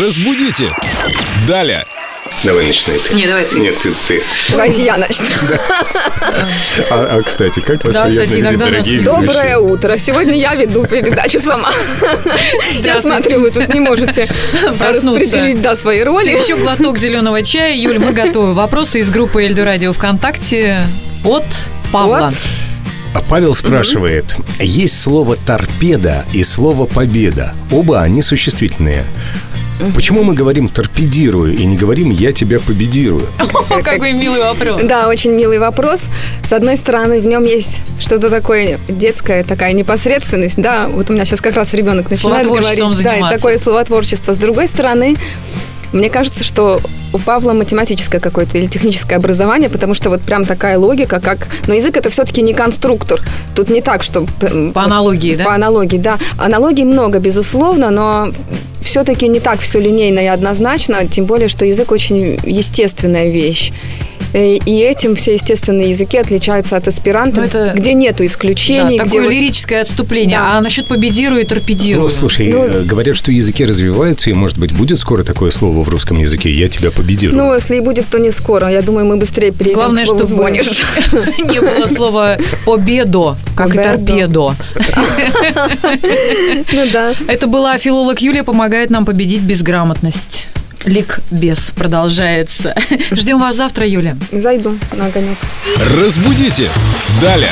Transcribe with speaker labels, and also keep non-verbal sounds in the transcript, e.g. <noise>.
Speaker 1: Разбудите! Далее!
Speaker 2: Давай начинай ты.
Speaker 3: Не, давай ты.
Speaker 2: Нет, ты, ты.
Speaker 4: Давайте <laughs> я начну.
Speaker 5: А, а, кстати, как вас
Speaker 3: Да,
Speaker 5: приятно
Speaker 3: кстати,
Speaker 5: видеть,
Speaker 3: иногда нас
Speaker 5: дорогие
Speaker 3: видно.
Speaker 5: ведущие?
Speaker 4: Доброе утро. Сегодня я веду передачу сама. Я смотрю, вы тут не можете
Speaker 3: Проснуться.
Speaker 4: распределить да, свои
Speaker 3: Все,
Speaker 4: роли.
Speaker 3: еще глоток зеленого чая. Юль, мы готовы. Вопросы из группы Эльду Радио ВКонтакте от Павла.
Speaker 4: Вот.
Speaker 5: А Павел спрашивает, есть слово торпеда и слово победа. Оба они существительные. Почему мы говорим торпедирую и не говорим я тебя победирую?
Speaker 3: О, какой милый вопрос.
Speaker 4: Да, очень милый вопрос. С одной стороны, в нем есть что-то такое детское, такая непосредственность. Да, вот у меня сейчас как раз ребенок начинает говорить.
Speaker 3: Словотворчеством
Speaker 4: Да, и
Speaker 3: заниматься.
Speaker 4: такое словотворчество. С другой стороны, мне кажется, что у Павла математическое какое-то или техническое образование, потому что вот прям такая логика, как... Но язык это все-таки не конструктор. Тут не так, что... м,
Speaker 3: По аналогии,
Speaker 4: По
Speaker 3: да?
Speaker 4: аналогии, да. Аналогий много, безусловно, но все-таки не так все линейно и однозначно, тем более, что язык очень естественная вещь. И и этим все естественные языки отличаются от аспиранта,
Speaker 3: Ну, это-
Speaker 4: где нету
Speaker 3: Да,
Speaker 4: исключений, где
Speaker 3: такое
Speaker 4: вот-
Speaker 3: лирическое отступление.
Speaker 4: Да.
Speaker 3: А насчет победирую и торпедирую.
Speaker 5: Ну, слушай,
Speaker 4: Ну-
Speaker 5: э, говорят, что языки развиваются, и, может быть, будет скоро такое слово в русском языке «я тебя победирую».
Speaker 4: Ну, если и будет, то не скоро. Я думаю, мы быстрее перейдем
Speaker 3: Главное,
Speaker 4: к слову
Speaker 3: чтобы
Speaker 4: «звонишь».
Speaker 3: <laughs> не было слова победо, как и
Speaker 4: Победо.
Speaker 3: торпедо.
Speaker 4: Ну да.
Speaker 3: Это была филолог Юлия помогает нам победить безграмотность. Лик без продолжается. <laughs> Ждем вас завтра, Юля.
Speaker 4: Зайду на огонек.
Speaker 1: Разбудите! Далее!